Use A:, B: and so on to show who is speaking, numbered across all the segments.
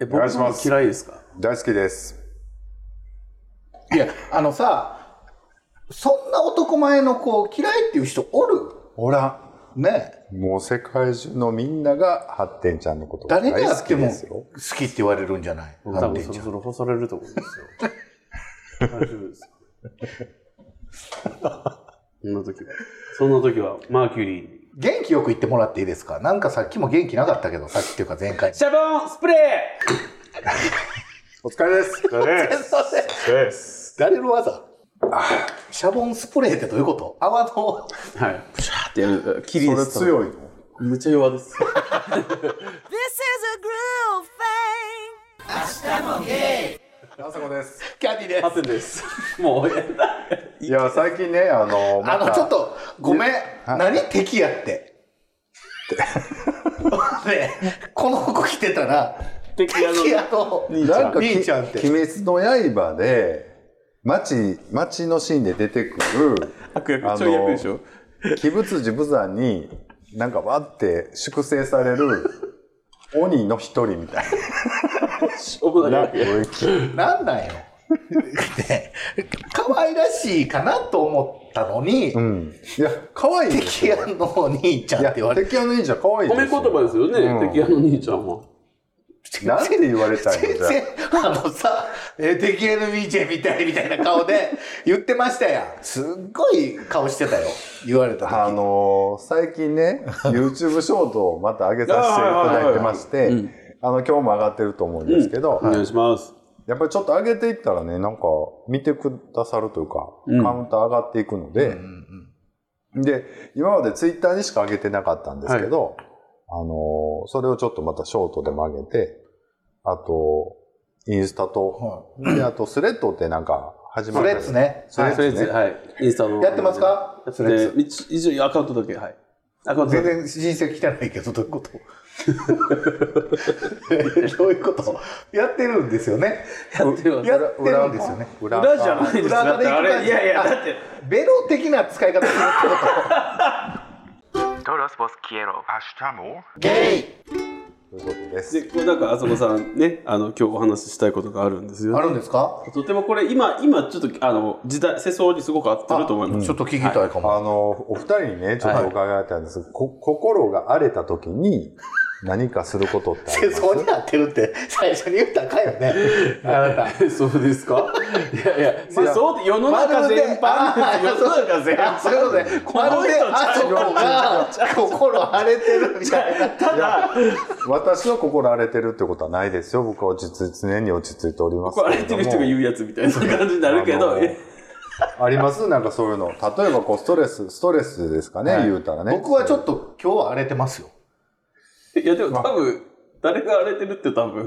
A: え、
B: お願いします
A: 僕嫌いですか
B: 大好きです。
C: いや、あのさ、そんな男前の子嫌いっていう人おる
B: ほら、
C: ねえ
B: もう世界中のみんなが、ハッテンちゃんのことが
C: 誰
B: 大
C: に会っ
B: 好
C: て
B: き
C: も
B: ですよ
C: 好。きって言われるんじゃない
A: 僕多分
C: ハッ
A: そろ
C: テン
A: そろ干されると思うん ですよ。大丈夫ですかそんな時は。そんな時は、マーキュリーに。
C: 元気よく言ってもらっていいですかなんかさっきも元気なかったけど、さっきっていうか前回。
A: シャボンスプレ
B: お疲れです。
A: です。
C: 誰の技シャボンスプレーってどういうこと泡の、
A: はい。プシャーってやる。キ
B: そ
A: リで
B: れ
A: す。
B: 強いの
A: めっちゃ弱です。
D: This is a groove thing.
B: あさこです。
C: キャディで
A: ハ
C: す。
A: テです。もう終えた。
B: いや、最近ね、あの、
C: あ
B: ま
C: の、
B: た
C: ちょっと、ごめん。何敵やって。ねこの服着てたら、
A: 敵や
C: 敵やと、
B: なんか、き
C: 兄
B: 鬼
C: ちゃんって。
B: 滅の刃で、街、街のシーンで出てくる、
E: 悪役
B: あの
E: ちょい役でしょ
B: 鬼仏寺無惨に、なんかわって粛清される、鬼の一人みたい
A: お前
B: な。なんか俺
C: なんなんよ。ね可愛らしいかなと思ったのに、
B: うん。いや、可愛いです
C: 敵
B: よ。
C: やのお兄ちゃん
B: い
C: っ
B: や、
C: て言われて、
B: 敵屋の兄ちゃん可愛い
A: 褒
B: ですよ。
A: め言葉ですよ
B: う
A: ね。
B: ん
A: 敵やの兄ちゃんは。
B: なんて言われたい
C: 全
B: のじゃ
C: 然、あのさ、え敵 NBJ みたいみたいな顔で言ってましたやん。すっごい顔してたよ。言われた
B: あ。あ
C: 時。
B: のー最近ね、YouTube ショートをまた上げさせていただいてまして、あの、今日も上がってると思うんですけど、
A: お願いします。
B: やっぱりちょっと上げていったらね、なんか見てくださるというか、
A: うん
B: カウンター上がっていくので、で、今までツイッターにしか上げてなかったんですけど、あのーそれをちょっとまたショートでも上げて、あと、インスタと、で、あとスレッドってなんか始ま
C: ス
B: った
C: レ
B: よ
C: ッツ。ね。
B: スレッ
A: とりあえ
B: ズ
A: ず、
B: ね。
A: はい。インスタの。
C: やってますか
A: やって
C: スレッツ。
A: 一一応アカウントだけ、はい。アカウントだ
C: 全
A: け。
C: 然人生来てないけど、どうい うことどういうことやってるんですよね。
A: やってます
C: やってるんですよね。
B: 裏
A: 裏じゃないです
C: 裏
A: だってあ
C: で行く感
A: れ、
C: じ
A: いやいや、
C: あ
A: だって。
C: ベロ的な使い方するってこと
F: Todos vos quiero.
C: ゲイ
B: ということです。
A: で、これなんか、あそこさんね、あの、今日お話ししたいことがあるんですよ、
C: あ
A: ね。
C: るんですか
A: とてもこれ、今、今、ちょっと、あの、時代、世相にすごく合ってると思います。
C: ちょっと聞きたいかも。
B: あの、お二人にね、ちょっとお伺いしたいんです、こ心が荒れた時に何かすることってあ り
C: 戦
B: ます
C: 争になってるって最初に言ったらあかんよね。あなた。
A: そうですかいやいや、世相って世の中全般ですよ。世の中全般。
C: そういうことで、
A: この
C: まるで
A: 人
C: あそこが心荒れてるみたいな。
A: ただ、
B: 私は心荒れてるってことはないですよ。僕は落ち着い常に落ち着いておりますけ
A: 壊
B: れども。
A: れてる人が言うやつみたいな感じになるけど、
B: あの
A: え
B: ありますなんかそういうの。例えばこう、ストレス、ストレスですかね、言うたらね。
C: 僕はちょ
B: と。
C: っと今日は荒れてますよ。
A: いや、でも多分、誰が荒れてるって多分、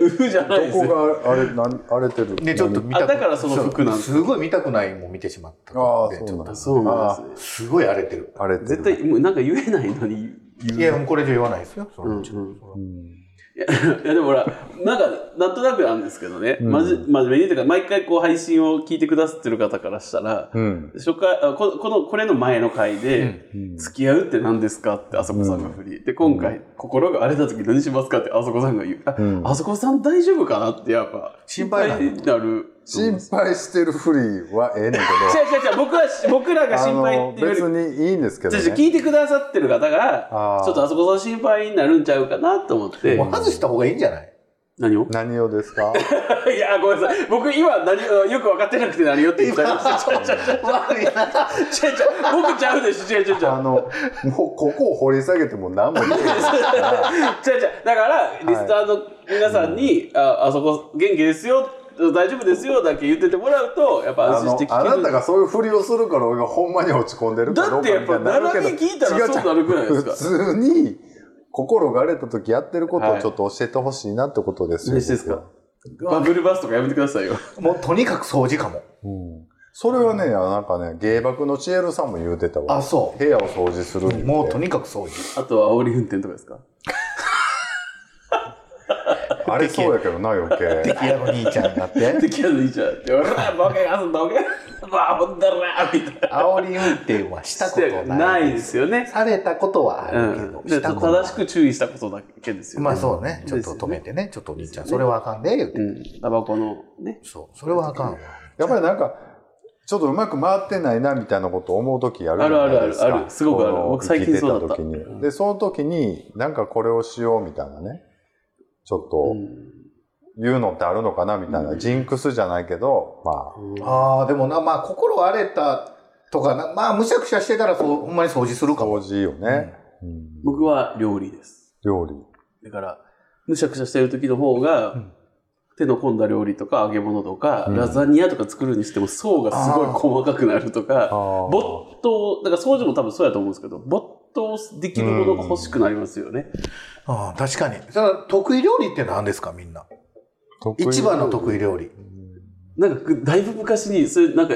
A: うふじゃない
B: ど
A: です
B: こ
A: よ。
B: が荒れ、なん荒れてる
C: で、ちょっと見たく
A: あだからその服なんです
C: すごい見たくないもん見てしまった
B: あ
C: の
B: あ、
C: で。
B: そう
C: ちょっ
B: なんだ。
A: そうなんですね。
C: とすごい荒れてる。
B: 荒れてる。
A: 絶対、もうなんか言えないのに言う。
C: いや、もうこれ以上言わないですよ。
A: うんうんいやいやでもほらなんかなんとなくなんですけどね、まじ真面目にというか毎回こう配信を聞いてくださってる方からしたら、
B: ん
A: 初回あここのこれの前の回で「付き合うって何ですか?」ってあそこさんが振り、で今回、心が荒れた時何しますか?」ってあそこさんが言う「あ,、そこさん大丈夫かな?」ってやっぱ
C: 心配なの
A: になる。
B: 心配してるふりはええ ねんけど。
A: 違う違う違う僕は僕らが
B: あ
A: 心配
B: の
A: っていうより
B: 別にいいんですけど
A: 違う
B: ね
A: 違う聞いてくださってる方が
B: あー
A: ちょっとあそこさん心配になるんちゃうかなと思って
C: もう外した方がいいんじゃない
A: 何を
B: 何をですか
A: いやごめんなさい僕今何をよく分かってなくて何よって言っちゃいました違う違う
C: 悪いな。
A: 違う違う僕ちゃうでしょ違う違う違う違う違う
B: あのもうここを掘り下げても何も言えない
A: だからリスターの皆さんに「ああそこ元気ですよ大丈夫ですよ」だけ言っててもらうとやっぱ
B: あ
A: 安心して聞
B: の
A: け
B: あ
A: る
B: なたがそういうふりをするから俺がほんまに落ち込んでるかどうかみたいになるけ
A: だってやっぱ
B: ど
A: 並び聞いたら
B: 違う違う
A: そうなるくないですか
B: 普通に心が荒れた時やってること
A: は
B: を
A: い
B: ちょっと教えてほしいなってことですよ、
A: 嬉しいですかバブルバスとかやめてくださいよ
C: もうとにかく掃除かも。
B: うんそれはねなんかね芸爆のシエルさんも言うてたわ
C: あ、そ
B: 部屋を掃除するっ て
C: う。もうとにかく掃除。
A: あとは煽り運転とかです か
B: あれそうやけどな余計
C: ピアノ兄ちゃんになって。
A: できるのいいじゃんって俺らボケますボケわあ、ほんだらみたいな。
C: 煽り運転はしたこと
A: な
C: ないい
A: で
C: です。
A: すよね。
C: されたことはあ
A: う
C: るけど
A: ん、、で
C: したことは
A: 正しく注意したことだけですよね。
C: まあそうね、
A: うん
C: ちょっと止めてね、ちょっとお兄ちゃん、それはあかんで、言うて。
A: うん、タバコのね。
C: そう、それはあかんわ。
B: やっぱりなんか、ちょっとうまく回ってないなみたいなことを思う時あるじゃないですか。
A: あるあるあるあるすごくある
B: この
A: 僕最近そうだった
B: 生きて時にで、その時に、なんかこれをしようみたいなね、ちょっ
A: う
B: と
A: ん
B: 言うのってあるのかなみたいな、ジンクスじゃないけど、ま
C: ああ、でもな、まあ心荒れたとかな、まあむしゃくしゃしてたらそう、ほんまに掃除する
B: あ、
C: か
B: 掃
C: も。
B: 除よね。うん
A: 僕は料理です。
B: 料理。
A: だから、むしゃくしゃしてる時の方が、
C: うん
A: 手の込んだ料理とか揚げ物とか、
B: うん
A: ラザニアとか作るにしても層がすごい細かくなるとか、
B: ぼ
A: 没頭、だから掃除も多分そうやと思うんですけど、没頭できるものが欲しくなりますよね。
C: ああ、確かに。その得意料理って何ですか、みんな。一番の得意料理。
A: なんか、だいぶ昔に、それ、なんか、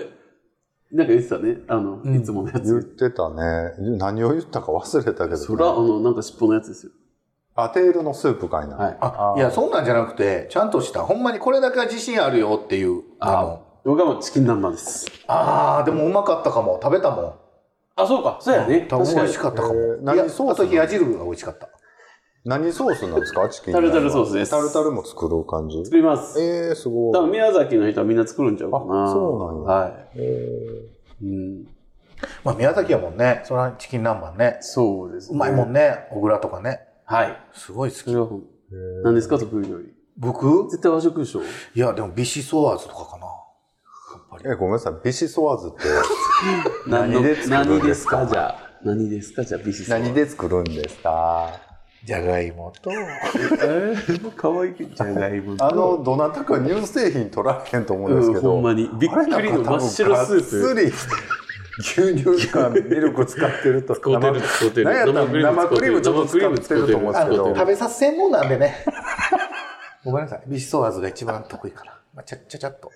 A: なんか言ってたね。あの、
C: うん
A: いつものや
B: 言っ
A: つ。
B: てたね。何を言ったか忘れたけど、
A: そら、あの、なんか尻尾のやつですよ。
B: あ、テールのスープかいな。
A: はい。
C: あ
B: あー
C: いや、そんなんじゃなくて、ちゃんとした、ほんまにこれだけは自信あるよっていう。あの
A: 僕はもうチキン南蛮です。
C: あー、でもうまかったかも。食べたもん。
A: あ、そうか。そうやね。
C: 多分
A: 確
C: 美
A: か
C: 味
A: に。
C: し
A: タ
C: かったかも。
B: えー何
C: いやあ
B: ソースなの
C: と冷や汁が美味しかった。
B: 何ソースなんですかチキン
A: ルタルソースです。
B: タルタルも作る感じ
A: 作ります。
B: えー、すごい。
A: 多分宮崎の人はみんな作るんちゃうかな。
B: あそうな
A: はい。うん。
C: まあ宮崎やもんね。それはチキン南蛮ね。
A: そうです、
C: うまいもん
A: ね。
C: ね。小倉とかね。
A: はい。
C: すごい好
A: そ
C: き。
A: れは本当、何ですか得意料理。
C: 僕
A: 絶対和食でしょ。
C: いや、でもビシソワーズとかかな。
B: え、ごめんなさい。ビシソワーズって
A: 何の
B: 何で作る
A: 何
B: ん
A: で
B: ですす
A: か
B: か
A: じゃあ。何ですかじゃあ、ビシソワーズ
B: 何で作るんですか
C: じゃがいもと。
A: えー、かわいい。 じゃがいもと
B: あの、どなたか乳製品取られへんと思うんです
A: うん、
B: け
A: ほ
B: ど。
A: んまに。びっ
B: あれな
A: く
B: ん
A: り
B: か
A: の真っ白スープ。
B: プ。牛乳かミルク使ってると
A: 使うてる使うてる
B: 何やったら生クリームちょっと
A: 生クリーム
B: 使ってると思うんです
C: あ
B: け
C: の、
B: ど
C: 食べさせ専門なんでね。 ごめんなさい。ビシソワーズが一番得意かな。まあ、ちゃっちゃちゃっと。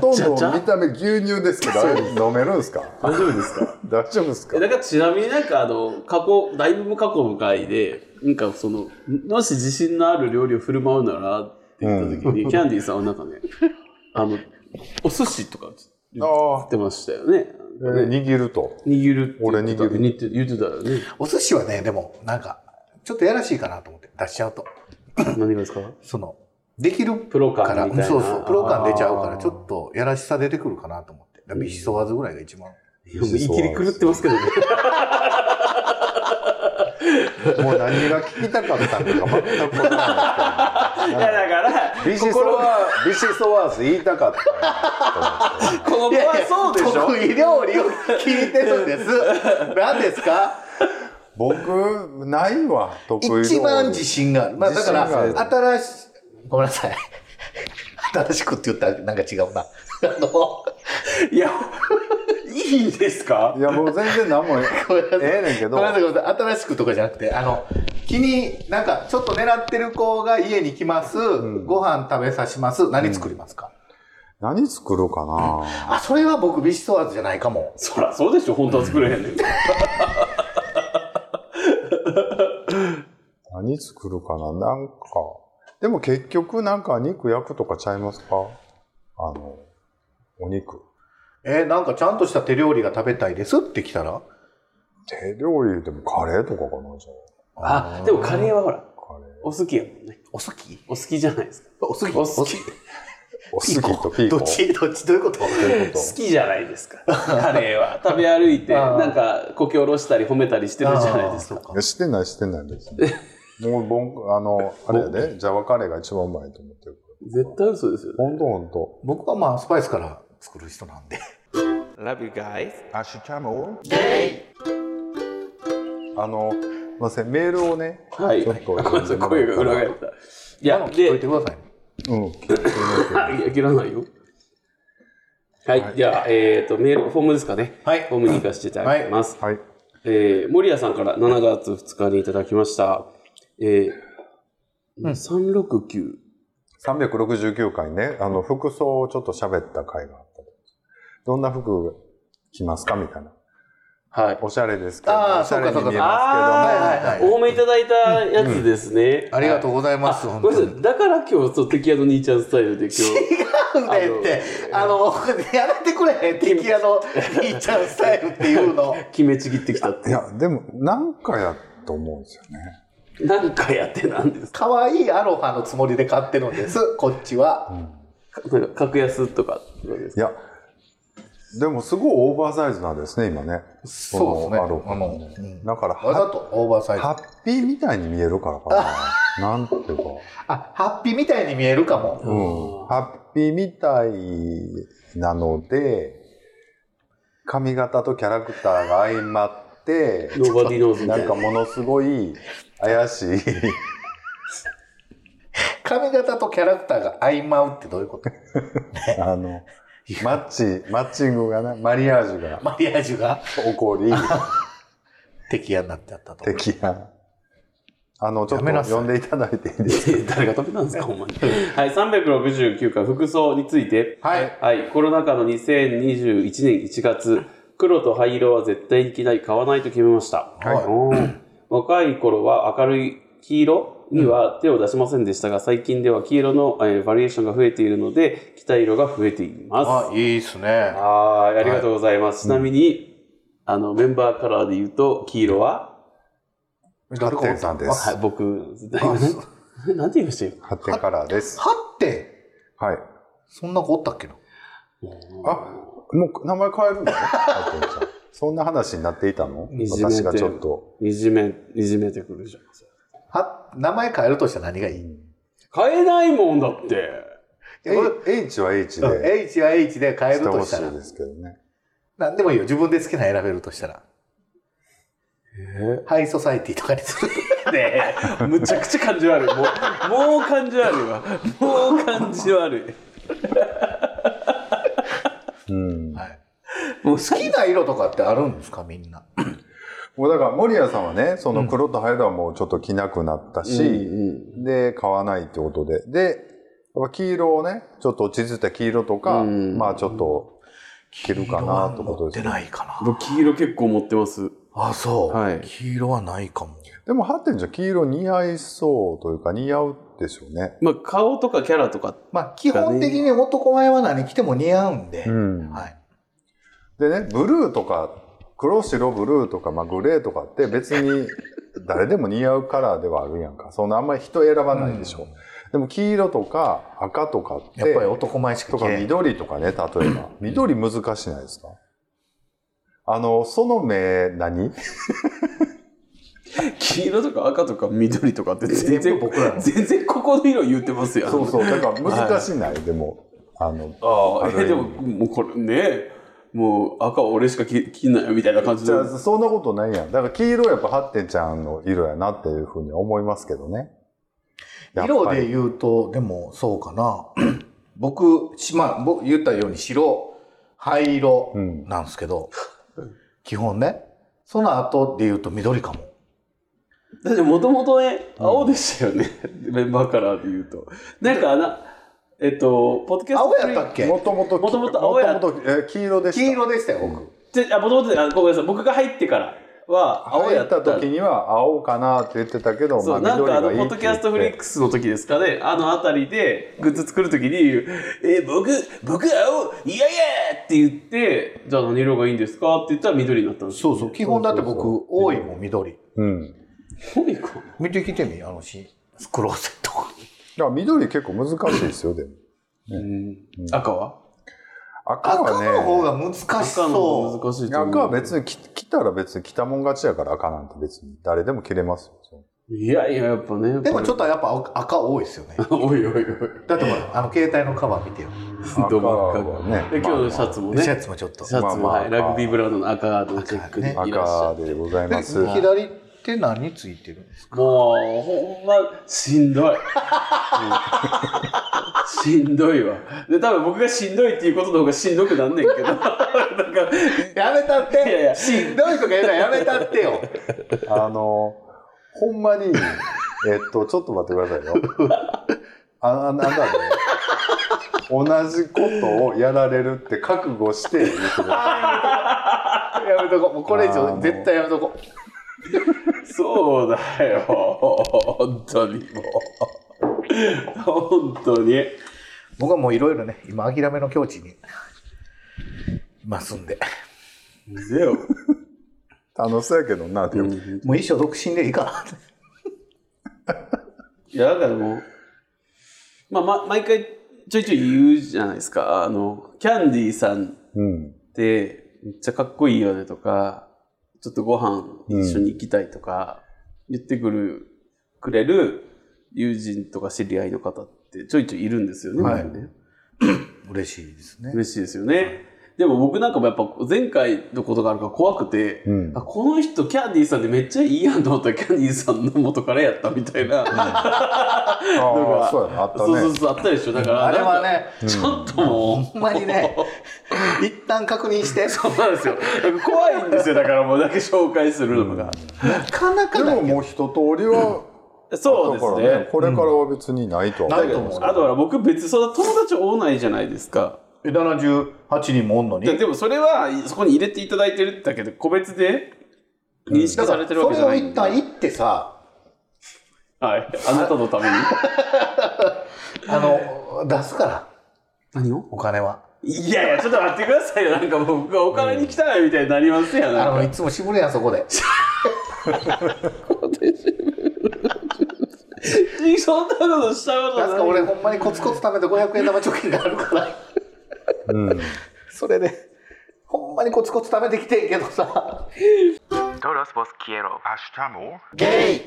B: ほとんど見た目牛乳ですけど、あれ飲めるんですか
A: 大丈夫ですか
B: 大丈夫ですか
A: えだからちなみになんかあの、過去、だいぶ過去の回で、なんかその、もし自信のある料理を振る舞うならって言った時に、キャンディーさんはなんか ね、あの、お寿司とか言ってましたよね。
B: えー握ると。
A: 握るって言ってた
B: 俺握る
A: 言って言ってたよね。
C: お寿司はね、でも、なんか、ちょっとやらしいかなと思って、出しちゃうと。
A: 何がですか
C: その、できる
A: プロ
C: か
A: 感
C: ら、
A: みたいな。
C: そうそう、プロ感出ちゃうから、
B: あー
C: ちょっとやらしさ出てくるかなと思って。だからビシソワーズぐらいが一番。
A: いやもういきり狂ってますけどね。
B: もう何が聞きたかったのか全く分からない
A: い
B: ですけど
A: やだから、
B: ねビシソ
A: 心は、
B: ワービシソワーズ言いたかったんや
A: この子はそうでしょ
C: 得意料理を聞いてる んです。何ですか
B: 僕ないわ得意料理
C: 一番自信がある。まあだ
B: 自
C: か
B: 信がある
C: ら、新し、ごめんなさい。新しくって言ったらなんか違うな。あの、
A: いや、いいですか
B: いやもう全然何 もえ
C: ごめんなさい
B: えねんけど
C: ごめんなさいごめんなさい新しくとかじゃなくて、あの、気に、なんか、ちょっと狙ってる子が家に来ます。
B: ん
C: ご飯食べさします。何作りますか、
B: 何作るかな
C: あ、それは僕、ビシソワーズじゃないかも。
A: そら、そうでしょ本当は作れへんねん。
B: 何作るかななんかでも結局なんか肉焼くとかちゃいますかあのお肉
C: えーなんかちゃんとした手料理が食べたいですって来たら
B: 手料理でもカレーとかかなじゃ
A: あ、でもカレーはほら、
B: あカレー
A: お好きやもんね。
C: お好き
A: お好きじゃないですか。
C: お好き
A: お好き。
B: おすぎとピーコ
C: どっちどっちどういうこと
B: どういうこと
A: 好きじゃないですか。カレーは。食べ歩いて、
C: あー
A: なんか、こき下ろしたり褒めたりしてるじゃないです
C: あ
A: か
C: ー。
B: いやしてないしてないです、もうボンあのあれやでジャワカレーが一番うまいと思ってる
A: 絶対嘘ですよね。
B: ほんとほんと
C: 僕はまあスパイスから作る人なんで
A: Love you guys.
B: アッシュチャムあの、すみません、メールをね、
A: はい。
B: ちょっと
A: ごめんなさい声が裏返った。い
C: あ
A: や、
C: の聞いとい
A: で
C: て、くださいね
B: うん、
A: あいや、切らないよ。はい。じゃあ、えっ、と、メール、フォームですかね。
C: はい
A: フォームに行かせていただきます。
B: はい、
A: えー、森谷さんから7月2日にいただきました。えー369。
B: 369回ね、あの、服装をちょっと喋った回があったとどんな服着ますかみたいな。
A: はい。
B: おしゃれですけど、
C: あー
B: おしゃれに見えますけども、
A: あ
C: は
A: あ
C: い
A: ー、お褒めいただいたやつですね。
C: ありがとう
A: う
C: ございます、
A: ご
C: 本
A: ざ
C: 当
A: い
C: に
A: ます。。だから今日、そう、敵屋の兄ちゃんスタイルで今日。
C: 違うんだよって、あの、やめてくれ、敵屋の兄ちゃんスタイルっていうの。
A: 決めちぎってきたって
B: いや、でも、なんかやと思うんですよね。
A: なんかやってなんです
C: 可愛いアロハのつもりで買ってるんです、こっちは。
A: かなんか格安とかです
B: いや、でもすごいオーバーサイズなんですね、今ね。
C: そうですね
B: のアロハ
C: あの
B: も
C: うん
B: だから
C: わざ
B: ハ、
C: とオーバーサイズ。
B: ハッピーみたいに見えるからかな。 なんていうか。
C: あ、ハッピーみたいに見えるかも。
B: うん。ハッピーみたいなので、髪型とキャラクターが相まって、
A: ノーバディノーズみた
B: ないん
A: な
B: か。ものすごい怪しい。
C: 髪型とキャラクターが相まうってどういうこと
B: あの、マッチ、マッチングがね、マリアージュが
C: マリアージュが
B: 起こり、
C: 敵屋になってあったと。
B: 的な。あの、ちょっ
C: やめな
B: と
C: さい
B: 呼んでいただいていいですか
A: 誰が飛べたんですか、ほんまに。 はい、369回、服装について。
C: はい。
A: はい、コロナ禍の2021年1月、黒と灰色は絶対に着ない、買わないと決めました。
C: はい
A: おー若い頃は明るい黄色には手を出しませんでしたが、最近では黄色の、えーバリエーションが増えているので、着たい色が増えています。
C: あ、いいっすね。
A: はい、ありがとうございます。ちなみに、あの、メンバーカラーで言うと、黄色は、
B: ハッテンさんで
A: はい
B: す。、
A: 僕、 なんなんて言いましたよ。
B: ハッテンカラーです。
C: はって、
B: はい。
C: そんな子おったっけな
B: あ、もう名前変えるのハッテンさん。そんな話になっていたの
A: いじめて
B: 私がちょっと。
A: いじめ、いじめてくるじゃん。
C: は、名前変えるとしたら何がいい
A: 買えないもんだって。
B: え H は H で
C: ?H は H で変え
B: し
C: る
B: て
C: と
B: ほ
C: し
B: した
C: ら
B: い。ですけどね。
C: 何でもいいよ。自分で好きなの選べるとしたら。ハイソサイティとかにする。
A: ねえ、むちゃくちゃ感じ悪い。もう、もう感じ悪いわ。もう感じ悪
B: うん。
C: はい
A: い。もう
C: 好きな色とかってあるんですかみんな。
B: もうだから、森谷さんはね、その黒と灰色はもうちょっと着なくなったし、で、買わないってことで。で、やっぱ黄色をね、ちょっと落ち着いた黄色とか、
A: うん
B: まあちょっと着るかなってことです
C: 黄色は持って
B: ね。
C: ないかな。
A: 僕、黄色結構持ってます。
C: あ、そう。
A: はい
C: 黄色はないかも。
B: でも、ハッテンちゃん黄色似合いそうというか似合うでしょうね。
A: まあ、顔とかキャラとか。
C: まあ、基本的に男前は何着ても似合うんで。
B: ん
C: はい。
B: でね、ブルーとか、黒白ブルーとか、まあ、グレーとかって別に 誰でも似合うカラーではあるやんか。そんなあんまり人選ばないでしょ。でも黄色とか赤とかって、
C: やっぱり男前しか
B: と
C: 着
B: か
C: れない。
B: 緑とかね、例えば。緑難しないですかあの、その目何、
A: 黄色とか赤とか緑とかって全
C: 全
A: 然
C: 部僕らの
A: 全然ここの色言ってますよ。
B: そうそう。だから難しない、でも。あの、
A: ああ、
B: ある意
A: え、で
B: 味
A: も、もうこれね、もう赤は俺しか着着ないみたいな感じ
B: じ
A: で。
B: ゃあそんなことないやん。だから黄色はやっぱハッテンちゃんの色やなっていうふうに思いますけどね。やっぱり
C: 色で言うと、でもそうかな。 僕、しまあ、僕言ったように白、灰色
B: うん
C: なんですけど、基本ね。その後で言うと緑かも。
A: だってもともとね、青でしたよね。メンバーカラーで言うと。なんかあな、えっと、ポッドキャスト。
C: 青やったっけ
B: もともと、
A: もともと青や
B: もともとえ黄色でした。
C: 黄色でしたよ、僕。
A: じゃあ、もともと、あごめんなさい、僕が入ってからは、青
B: 青
A: や
B: や
A: っ。
B: ったた時には青かなって言ってたけど、
A: そう、
B: ま
A: な
B: あ
A: ん
B: 緑
A: かあの、
B: がいい
A: ポッ
B: って
A: ド
B: 言って
A: キャストフリックスの時ですかね、あのあたりで、グッズ作る時に、え、僕、僕青、いやいやって言って、じゃあ何色がいいんですかって言ったら緑になったんです
C: そうそう。基本だって僕、多いもん、緑。
B: うん。だ
A: そう。コミコ
C: 見てきてみ、あのし、クローゼットが。
B: から緑結構難しいですよ、でも。
A: 赤は
B: 赤
C: 赤の方
B: はね、
C: が難し
A: 赤の方が
C: そう。
A: 難しいと思う。
B: 赤は別に着着たら別に着たもん勝ちやから赤なんて別に誰でも着れますよ。そう
A: いやいや、やっぱね。
C: でもちょ
A: っ
C: っとやっぱ赤赤多いですよね。
A: と。 おいおいおい。
C: だってほら、あの携帯のカバー見てよ。
A: どうも
B: 赤はね
A: で今日のシャツもね。
C: シャツもちょっと。
A: シャツも、
B: まあまあ
A: はい、ラグビーブランドの赤のチェックにいらっしゃ
B: 赤
A: っ
B: でござい
C: で
B: ます。い
C: 左手何ついてるんですか
A: て。もう、ほんま、しんどい。しんどいわ。で、多分僕がしんどいっていうことの方がしんどくなんねんけど。 なんか、
C: やめたって
A: いやいや
C: しんどいとか言うのはやめたってよ
B: あの、ほん まに、えっと、ちょっと待ってくださいよ。あ、あなんだね。同じことをやられるって覚悟して言ってる
C: やめとこう。もうこれ以
B: あーも
C: 上
B: う
C: 絶対やめとこう。
A: そうだよ。本当にもう。本当に。
C: 僕はもういろいろね、今諦めの境地に、今住んで。
A: ゼロ。
B: 楽しそうやけどな、でも。
C: もう一生独身でいいかなって。
A: いや、だからもう、まあ、ま、毎回ちょいちょい言うじゃないですか。あの、キャンディーさん
B: うん。
A: ってめっちゃかっこいいよねとか、ちょっとご飯一緒に行きたいとか、言ってくる、くれる友人とか知り合いの方ってちょいちょいいるんですよね。
C: はい
A: 僕ね
C: 嬉しいですね。
A: 嬉しいですよね。でも僕なんかもやっぱ前回のことがあるから怖くて、
B: うん
A: あこの人キャンディーさんでめっちゃいいやんと思ったらキャンディーさんの元からやったみたいな、
B: ああ、そうやな、あった
A: そうそう
B: ね。
A: そうあったでしょだから
C: あれは
A: なんか
C: ね、
A: ちょっとも
C: ほんまにね、一旦確認して。
A: うそうなんですよなんか怖いんですよだからもうだけ紹介するのが、
C: なかなか
B: で
C: ない
B: ももう一通りは、
A: そう
B: だ
A: で
B: か
A: す
B: ら
A: ね
B: ね、これからは別にないとは
C: ない
B: 思
C: と
B: う。
C: 思う
A: あとは僕別にそんな友達多ないじゃないですか
C: え78人もおんのに
A: ででもそれはそこに入れていただいてるだけで個別で認識されてるわけじゃないんで、
C: それを一旦行ってさ
A: はい、あなたのために
C: あの出すから
A: 何を
C: お金はい
A: やいやちょっと待ってくださいよなんかもう僕がお金に来たみたいになりますやん
C: あ
A: なん
C: の
A: か
C: いつも渋るやんそこで
A: そんなことしたことな
C: ないんすか俺ほんまにコツコツ貯めて500円玉貯金があるから
B: うん。
C: それでほんまにコツコツ貯めてきてんけどさ
E: Todos vos quiero. Pashtamo.
C: ゲイ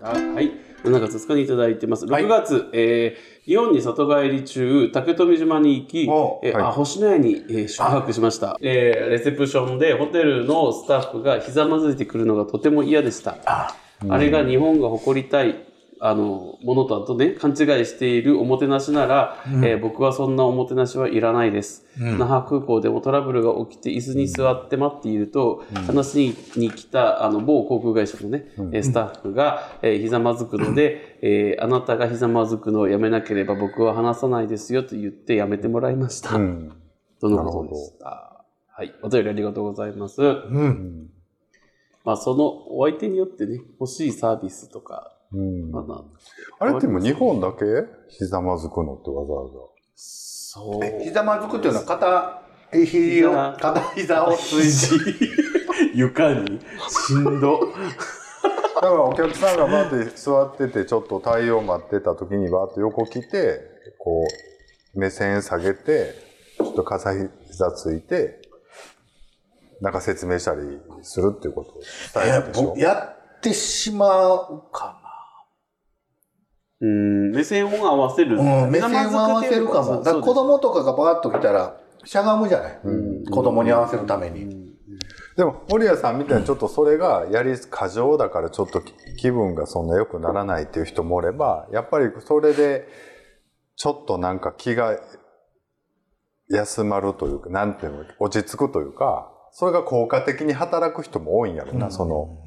A: あはい。7月2日にいただいてます。6月、えー日本に里帰り中、竹富島に行き、
C: お
A: えー
B: はい
A: あ星のやに、えー宿泊しました、えーレセプションでホテルのスタッフがひざまずいてくるのがとても嫌でした。あ,、れが日本が誇りたい。あのものだとね勘違いしているおもてなしなら、えー僕はそんなおもてなしはいらないです、那覇空港でもトラブルが起きて椅子に座って待っていると、話に来たあの某航空会社のね、えースタッフが、えーひざまずくので、えーあなたがひざまずくのをやめなければ僕は話さないですよと言ってやめてもらいました、
B: うん。
A: とのことでしたはいお便りありがとうございます、
B: うん。
A: まあそのお相手によってね欲しいサービスとか
B: うん
A: ま。だ
B: あれってもう日本だけひざまずくのってわざわ
A: そう
C: ひざまずくっていうのは肩えひを
A: 膝
C: 片膝をついて
A: 床にしんど
B: ざ。だからお客さんがバーって座ってて、ちょっと対応待ってた時にバーって横来て、こう、目線下げて、ちょっと片膝ついて、なんか説明したりするっていうことを伝えるでしょ
C: やってしまうかな
A: うん目線を合わせる、
C: うん、目線を合わせるかも。だから子供とかがバーッと来たら、しゃがむじゃない、
B: ん
C: 子供に合わせるために。
B: でも、守谷さんみたいにちょっとそれがやり過剰だからちょっと気分がそんな良くならないっていう人もおれば、やっぱりそれでちょっとなんか気が休まるというか、なんていうの、落ち着くというか、それが効果的に働く人も多いんやろな、その、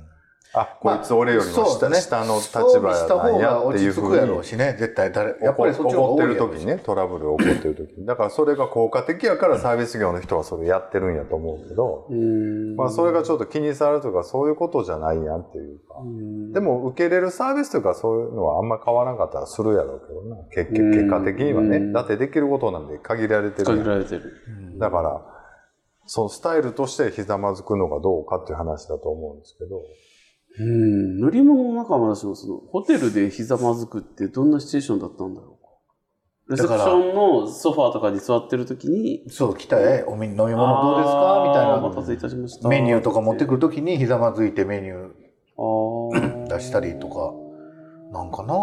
B: あ、こいつ俺よりも
C: そう
B: 下,、
C: だね
B: 下の立場やなんやっていう
C: 装備した方が落ち着
B: ふ
C: く
B: う
C: や
B: に
C: ろうしね、絶対誰、や
B: や
C: っ
B: っ
C: ぱ
B: ぱ
C: り
B: り
C: そ
B: そっ
C: っち
B: ち
C: の方
B: 怒
C: が
B: っ
C: 多
B: て
C: い
B: る
C: やろうし
B: 時にねトラブルが起こってる時にだからそれが効果的やからサービス業の人はそれやってるんやと思うけど、
A: うん
B: まあ、それがちょっと気に障るとかそういうことじゃないやんっていうか、でも受け入れるサービスとかそういうのはあんま変わらなかったらするやろうけどな結
A: うん
B: 局結果的にはね、
A: うん
B: だってできることなんで限られてる
A: 限
B: やん
A: られてる
B: だからそのスタイルとしてひざまずくのがどうかっていう話だと思うんですけど
A: うん乗り物の中も私もそのホテルでひざまずくってどんなシチュエーションだったんだろうかレセ
C: だ
A: プ
C: か
A: シ
C: ら
A: ョンのソファーとかに座ってる時に
C: そう、来たえ、おみ飲み物どうですか
A: あーお
C: み
A: 待
C: た
A: たせいたしまし
C: い
A: た
C: な。メニューとか持ってく
A: る
C: る時にひざまずいてメニュー出したりとか、なんかな。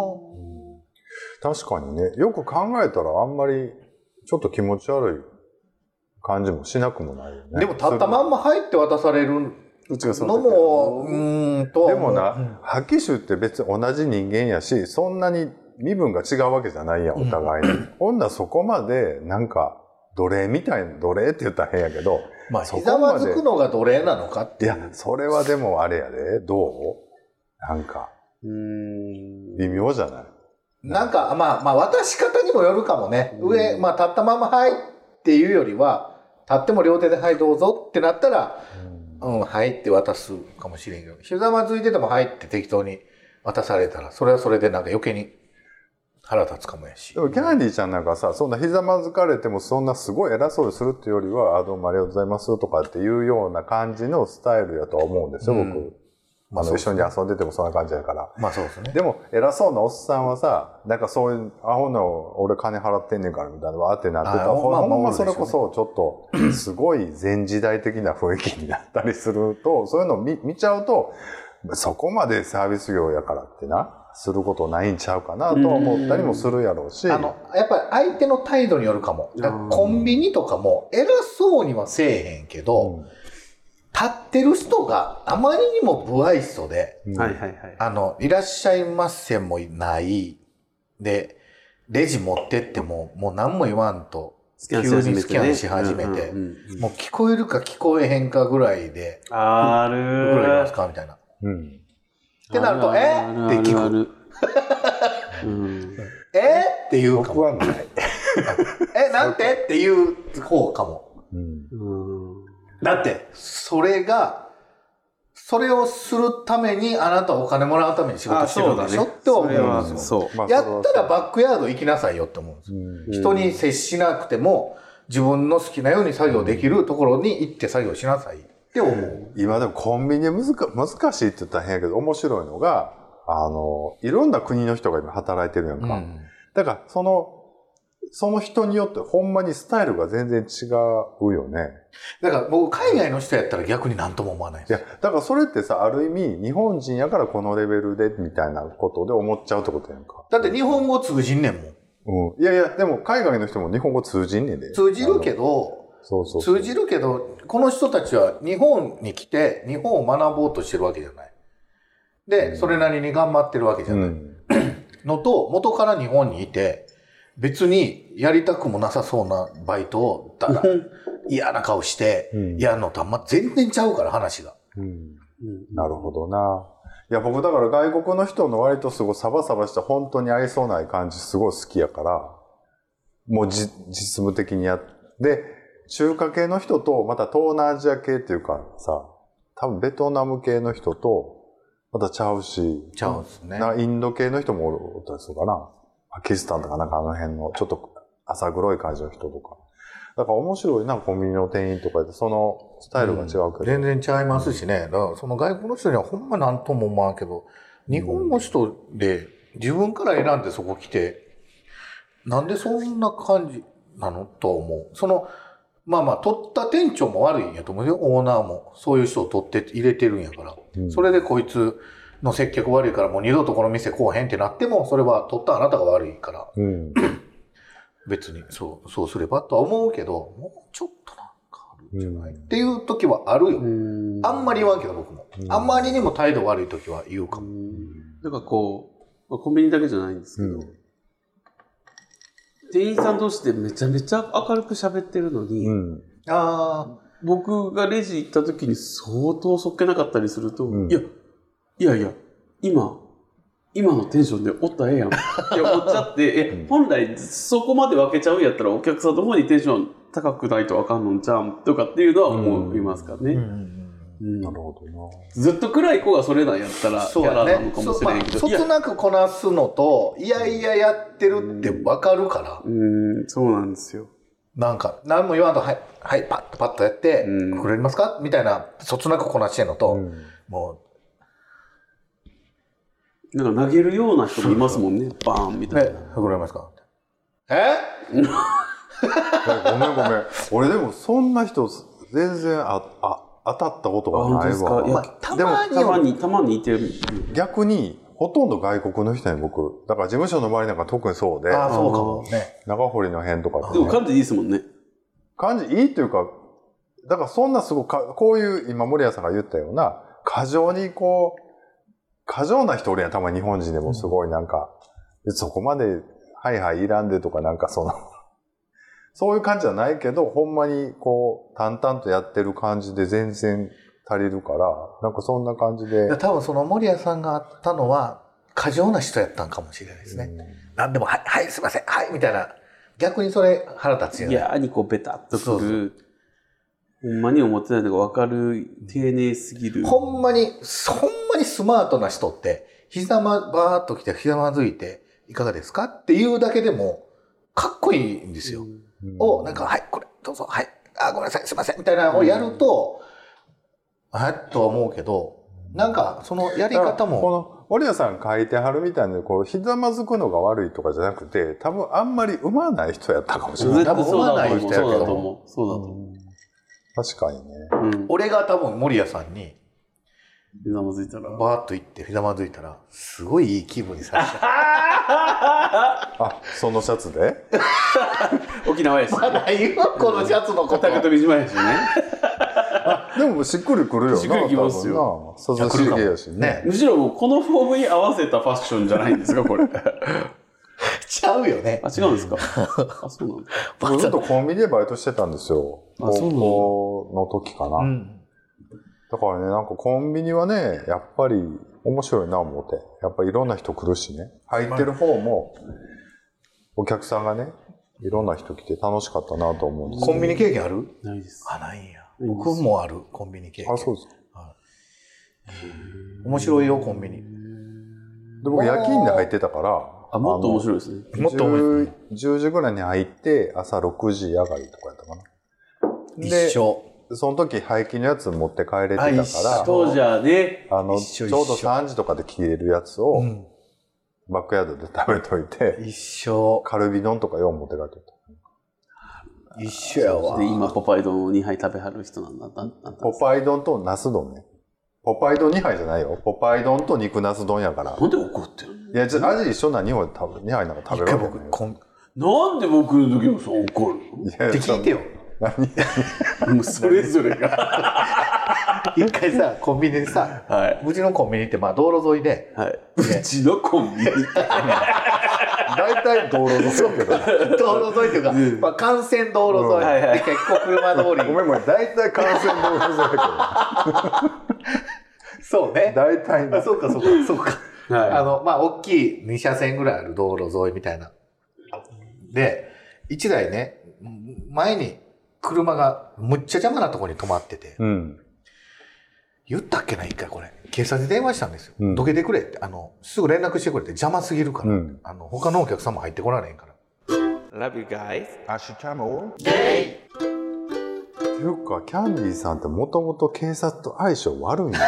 B: 確かにねよく考えたらあんまりちょっと気持ち悪い感じもしなくもないよね
C: でも、立ったまんま入って渡される
B: うちがそうだっ
C: の
B: たけど
C: も、うーんとは
B: で
C: 思
B: も
C: う
B: な、覇気種って別に同じ人間やし、そんなに身分が違うわけじゃないやん、お互い に。女そこまで、なんか、奴隷みたいな、奴隷って言ったら変やけど、
C: まあ、
B: そ
C: ひ
B: こ
C: ざま
B: まで
C: ずくのが奴隷なのかっ
B: い
C: ていう。
B: や、それはでもあれやで、どうなんか、
A: うん
B: 微妙じゃない
C: なんか、まあ、まあ、渡し方にもよるかもね。上、まあ、立ったまま、はいっていうよりは、立っても両手で、はい、どうぞってなったら、うん、はいって渡すかもしれんけど、ひざまずいてても、はいって適当に渡されたら、それはそれでなんか余計に腹立つかもやし
B: で。もキャンディーちゃんなんかさ、そんなひざまずかれてもそんなすごい偉そうにするっていうよりは、あ、どうもありがとうございますとかっていうような感じのスタイルやとは思うんですよ、僕。あの、一緒に遊んでてもそんな感じやから。
C: まあ、そうですね。
B: でも、偉そうなおっさんはさ、なんかそういう、アホの俺金払ってんねんからみたいな、わーってなってたら、
C: あー
B: ほん
C: まあ
B: ほん
C: ま
B: ま
C: あ
B: それこそちょ っと、すごい前時代的な雰囲気になったりすると、そういうのを見見ちゃうと、そこまでサービス業やからってな、することないんちゃうかなとは思ったりもするやろうし、
C: あの、やっぱり相手の態度によるかも。だからコンビニとかも、偉そうにはせえへんけど、
B: うん
C: 立ってる人があまりにも不愛想で、
A: はいはいはい。
C: あの、いらっしゃいませもいない。で、レジ持ってっても、もう何も言わんと、
A: ス
C: 急にスキャンし始めて、もう聞こえるか聞こえへんかぐらいで、
A: ある
C: どれがいますかみたいな。っ
B: うん
C: てなると、えって聞く。
A: く。うん
C: えって言うか
B: 僕
C: も。
B: はない。
C: え、なんてっていう方かも。
B: うん。
A: うん
C: だって、それが、それをするために、あなたはお金もらうために仕事してるんでしょって思うん
A: それは
C: ですよ。
A: そう。
B: まあ
C: やったら
B: ば
C: バックヤード行きなさいよって思うんですよ
B: うん。
C: 人に接しなくても自分の好きなように作業できるところに行って作業しなさいって思う。
B: 今でもコンビニで難か難しいって言ったら変やけど、面白いのが、あの、いろんな国の人が今働いてるやんか。だから、その、その人によってほんまにスタイルが全然違うよね。
C: だから僕海外の人やったら逆に何とも思わない
B: いや、だからそれってさ、ある意味、日本人やからこのレベルで、みたいなことで思っちゃうってことやんか。
C: だって日本語通じんねんもん。
B: うん。いやいや、でも海外の人も日本語通じんねんで。
C: 通じるけ
B: ど。
C: ど、
B: そうそうそう
C: 通じるけど、この人たちは日本に来て日本を学ぼうとしてるわけじゃない。で、それなりに頑張ってるわけじゃ
B: う
C: ない。
B: ん。
C: のと、元から日本にいて、別にやりたくもなさそうなバイトを、だら嫌な顔して
B: うん
C: やるのとあんま全然ちゃうから話が。
B: うん。
A: うん
B: なるほどな。いや、僕だから外国の人の割とすごいサバサバした本当に合いそうな感じすごい好きやから、もうじ実務的にやって、中華系の人と、また東南アジア系っていうかさ、多分ベトナム系の人と、またちゃうし、
C: ちゃうんですね。
B: なインド系の人もおったりするかな。パキスタンとかなんかあの辺の、ちょっと浅黒い感じの人とか。だから面白いな、コンビニの店員とかで、そのスタイルが違うけど。
C: 全然違いますしね。だからその外国の人にはほんま何とも思わんけど、日本の人で自分から選んでそこ来て、なんでそんな感じなのとは思う。その、まあまあ、取った店長も悪いんやと思うよ。オーナーも。そういう人を取って入れてるんやから。
B: うん
C: それでこいつの接客悪いからもう二度とこの店来おへんってなっても、それは取ったあなたが悪いから。
B: うん。
C: 別にそうそうすればとは思うけどもうちょっとなんかあるんじゃない、
B: うん
C: っていう時はあるよ、
A: うん
C: あんまり言わんけど僕も、
B: うん
C: あんまりにも態度悪い時は言うかも、
A: なんかこう、まあ、コンビニだけじゃないんですけど、店員さん同士でめちゃめちゃ明るく喋ってるのに、
B: うん。
C: ああ
A: 僕がレジ行った時に相当そっけなかったりすると、
B: うん
A: いや、いやいや、今、今のテンションでおったらええ やん。って思っちゃって、え、本来そこまで分けちゃうんやったらお客さんの方にテンション高くないとあかんのんちゃうんとかっていうのは思いますかね。うん
B: なるほどな。
A: ずっと暗い子がそれなんやったらキ
C: そう
A: ャラ
C: や
A: なの
C: ね
A: かも
C: そ
A: し
C: うま
A: れん
C: あ
A: けど、
C: そ
A: い
C: つ
A: や、
C: なくこなすのといやいややってるって分かるから、
A: うん、そうなんですよ。
C: なんか何も言わんとはいはいパッとパッとやって
A: うん
C: 「くれますか?」みたいなそつなくこなしてんのと、
B: うん
C: も
A: なんか投げるような人もいますもんね。バーンみ
C: う「
A: たい
C: ね
A: な。
C: くれますか?」え
B: いやごめんごめん。俺でもそんな人全然ああ当たったこと
A: あ、本当
B: がな
A: で
B: い
A: すか。い
B: わ。
A: や、
C: まあたまに
A: たま
C: は
A: に、たまにいてる。
B: 逆にほとんど外国の人に僕、だから事務所の周りなんか特にそうで、
C: ああそうかもね
B: 長堀の辺とか
A: で
B: って
A: も
B: ね、
A: 感じいいですもんね。
B: 感じいいというか、だからそんなすごいか、こういう今森谷さんが言ったような、過剰にこう、過剰な人俺やんたまに日本人でもすごいなんか、そこまで、はいはいいらんでとかなんかその、 そういう感じじゃないけど、ほんまにこう、淡々とやってる感じで全然足りるから、なんかそんな感じで
C: いや、多分その森谷さんがあったのは過剰な人やったんかもしれないですね。何でも、はい、はい、すいません、はい、みたいな。逆にそれ腹立つよ
A: い
C: ね。
A: やーにこうベタっと
C: そう
A: く
C: そ
A: る。ほんまに思ってないのが分かる、丁寧すぎる。
C: ほんまに、ほんまにスマートな人って、膝ま、ばーっと来て、ひざまずいて、いかがですかっていうだけでも、かっこいいんですよ。を、なんか、はい、これ、どうぞ、はい、あ、ごめんなさい、すいません、みたいなのをやると、あっとは思うけど、なんか、そのやり
B: だから
C: 方
B: こ
C: も、
B: の、森谷さん書いてはるみたいな、こう、ひざまずくのが悪いとかじゃなくて、多分あんまり生まない人やったかもしれない。
A: 絶対そうだと思う。
C: 多
A: そう
C: 分思わない人やけど
A: だと思う。そうだと思
B: 確かにね。
A: う。うん。
C: 俺が多分森谷さんに、
A: ひざまずいたら。
C: ばーっと行って、ひざまずいたら、すごいいい気分にさせ た。
B: あ、そのシャツで
A: 沖縄やし。
C: まだ言うこのシャツのこと。
A: 竹富島やし ね。
B: でもしっくりくるよな。
A: しっくりきますよ
B: 多分な。涼しげやしね。
A: むしろもうこのフォームに合わせたファッションじゃないんですか、これ。
C: ちゃうよね。
A: あ、違うんですか。 あ、そうなんだ。
B: 僕ずっとコンビニでバイトしてたんですよ。
A: あそうなんだ
B: 高校の時かな。
C: うん。
B: だからね、なんかコンビニはね、やっぱり面白いな思って。やっぱいろんな人来るしね。入ってる方も、お客さんがね、いろんな人来て楽しかったなと思うんです
C: コンビニ経験ある
A: ないです。
C: あ、ないんや。
A: うん
C: 僕もある、コンビニ経験。
B: あ、そうです。
C: 面白いよ、コンビニ。
B: で、僕夜勤で入ってたから、
A: あ、もっと面白いですね。
B: あの
C: もっと面白い
B: 10, 10時ぐらいに入って、朝6時上がりとかやったかな。で
C: 一、緒。
B: その時廃棄のやつ持って帰れてたか
C: あ一緒
B: ら、
A: 当時はね、
B: あの、
C: 一
B: ちょ
C: 緒
B: う
C: 一緒
B: ど3時とかで消えるやつを、
C: うん。
B: バックヤードで食べといて、
C: 一緒。
B: カルビ丼とか4持って帰ってた。
C: 一緒やわ
A: で。今ポパイ丼を2杯食べはる人なんだったんだ。
B: ポパイ丼とナス丼ね。ポパイ丼2杯じゃないよ。ポパイ丼と肉ナス丼やから。
A: なんで怒ってるの
B: いや、じゃ味一緒な2杯食べ、2杯なんか
C: 一
B: 食べ
C: 回
B: るわけない
C: 僕、
B: よ。
C: コン、っ
A: なんで僕の時もそう怒る
B: や
C: て聞いてよ。
A: のもうそれぞれが。
C: 一回さ、コンビニでさ、
A: は
C: うちのコンビニって、まあ、道路沿 いで、
A: い。はい。うちのコンビニ。
B: 大体道路沿いやけど。
C: 道路沿いというか、まあ、幹線道路
A: うんはい
C: 沿い
A: は
C: で、
A: い
C: 結構車通
B: ご
C: り。
B: めんごめん、大体感染道路沿い や
C: そうね
B: けど。。大体
C: あ
B: な。
C: そうか、そうか、そうか。あ
A: は
C: の、まあ、大きい2車線ぐらいある道路沿いみたいな。で、1台ね、前に車がむっちゃ邪魔なところに止まってて、
B: うん。
C: 言ったっけな、一回これ。警察に電話したんですよ。
B: うん
C: どけてくれって、あの、すぐ連絡してくれって邪魔すぎるか
B: う
C: ら。
B: ん
C: あの、他のお客さんも入ってこられへんから。
E: Love you guys. 明日も
B: っていうかキャンディーさんってもともと警察と相性悪いんだ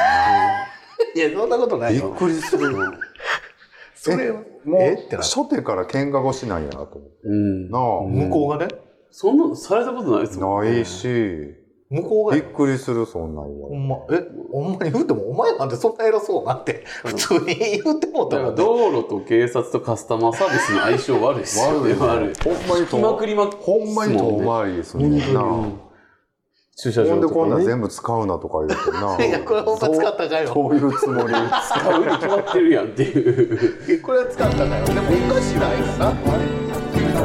C: いや、そんなことな
B: ない びっ
C: よ。
B: くりする
C: それは、
B: もう
C: えってなる。
B: 初手から喧嘩越しなんやなと思
A: い。うん。
B: うな
C: 向こうがね、
A: そんなのされたことないです
B: あ、
A: もん
B: ないし
C: 向こうが
B: び
C: よ
B: っくりするそんなん言わ
C: ほ
B: れ
C: んま、え、ほんまに言うても、お前なんてそんな偉そうなんて、普通に言うてもうた
A: だ
C: も
A: か
C: ん
A: ら
C: ね
A: 道路と警察とカスタマーサービスの相性悪いですよね。
B: 悪い
A: 悪
B: ね
A: い。
B: ほんま
A: 聞
B: に
A: きまくりまく
B: ほんまに遠
A: 本
B: 回りです
A: 当に
B: ねんな
A: 駐車
B: ほん
A: 場
B: で
A: と
B: こんな
A: か
B: ん
A: ね
B: 全部使うなとか言うて な
C: いや、これほんま使ったらあかんよ。
B: どういうつも り
A: 買うに決まってるやんっていう。
C: えこれは使ったんだよでもおかしないよな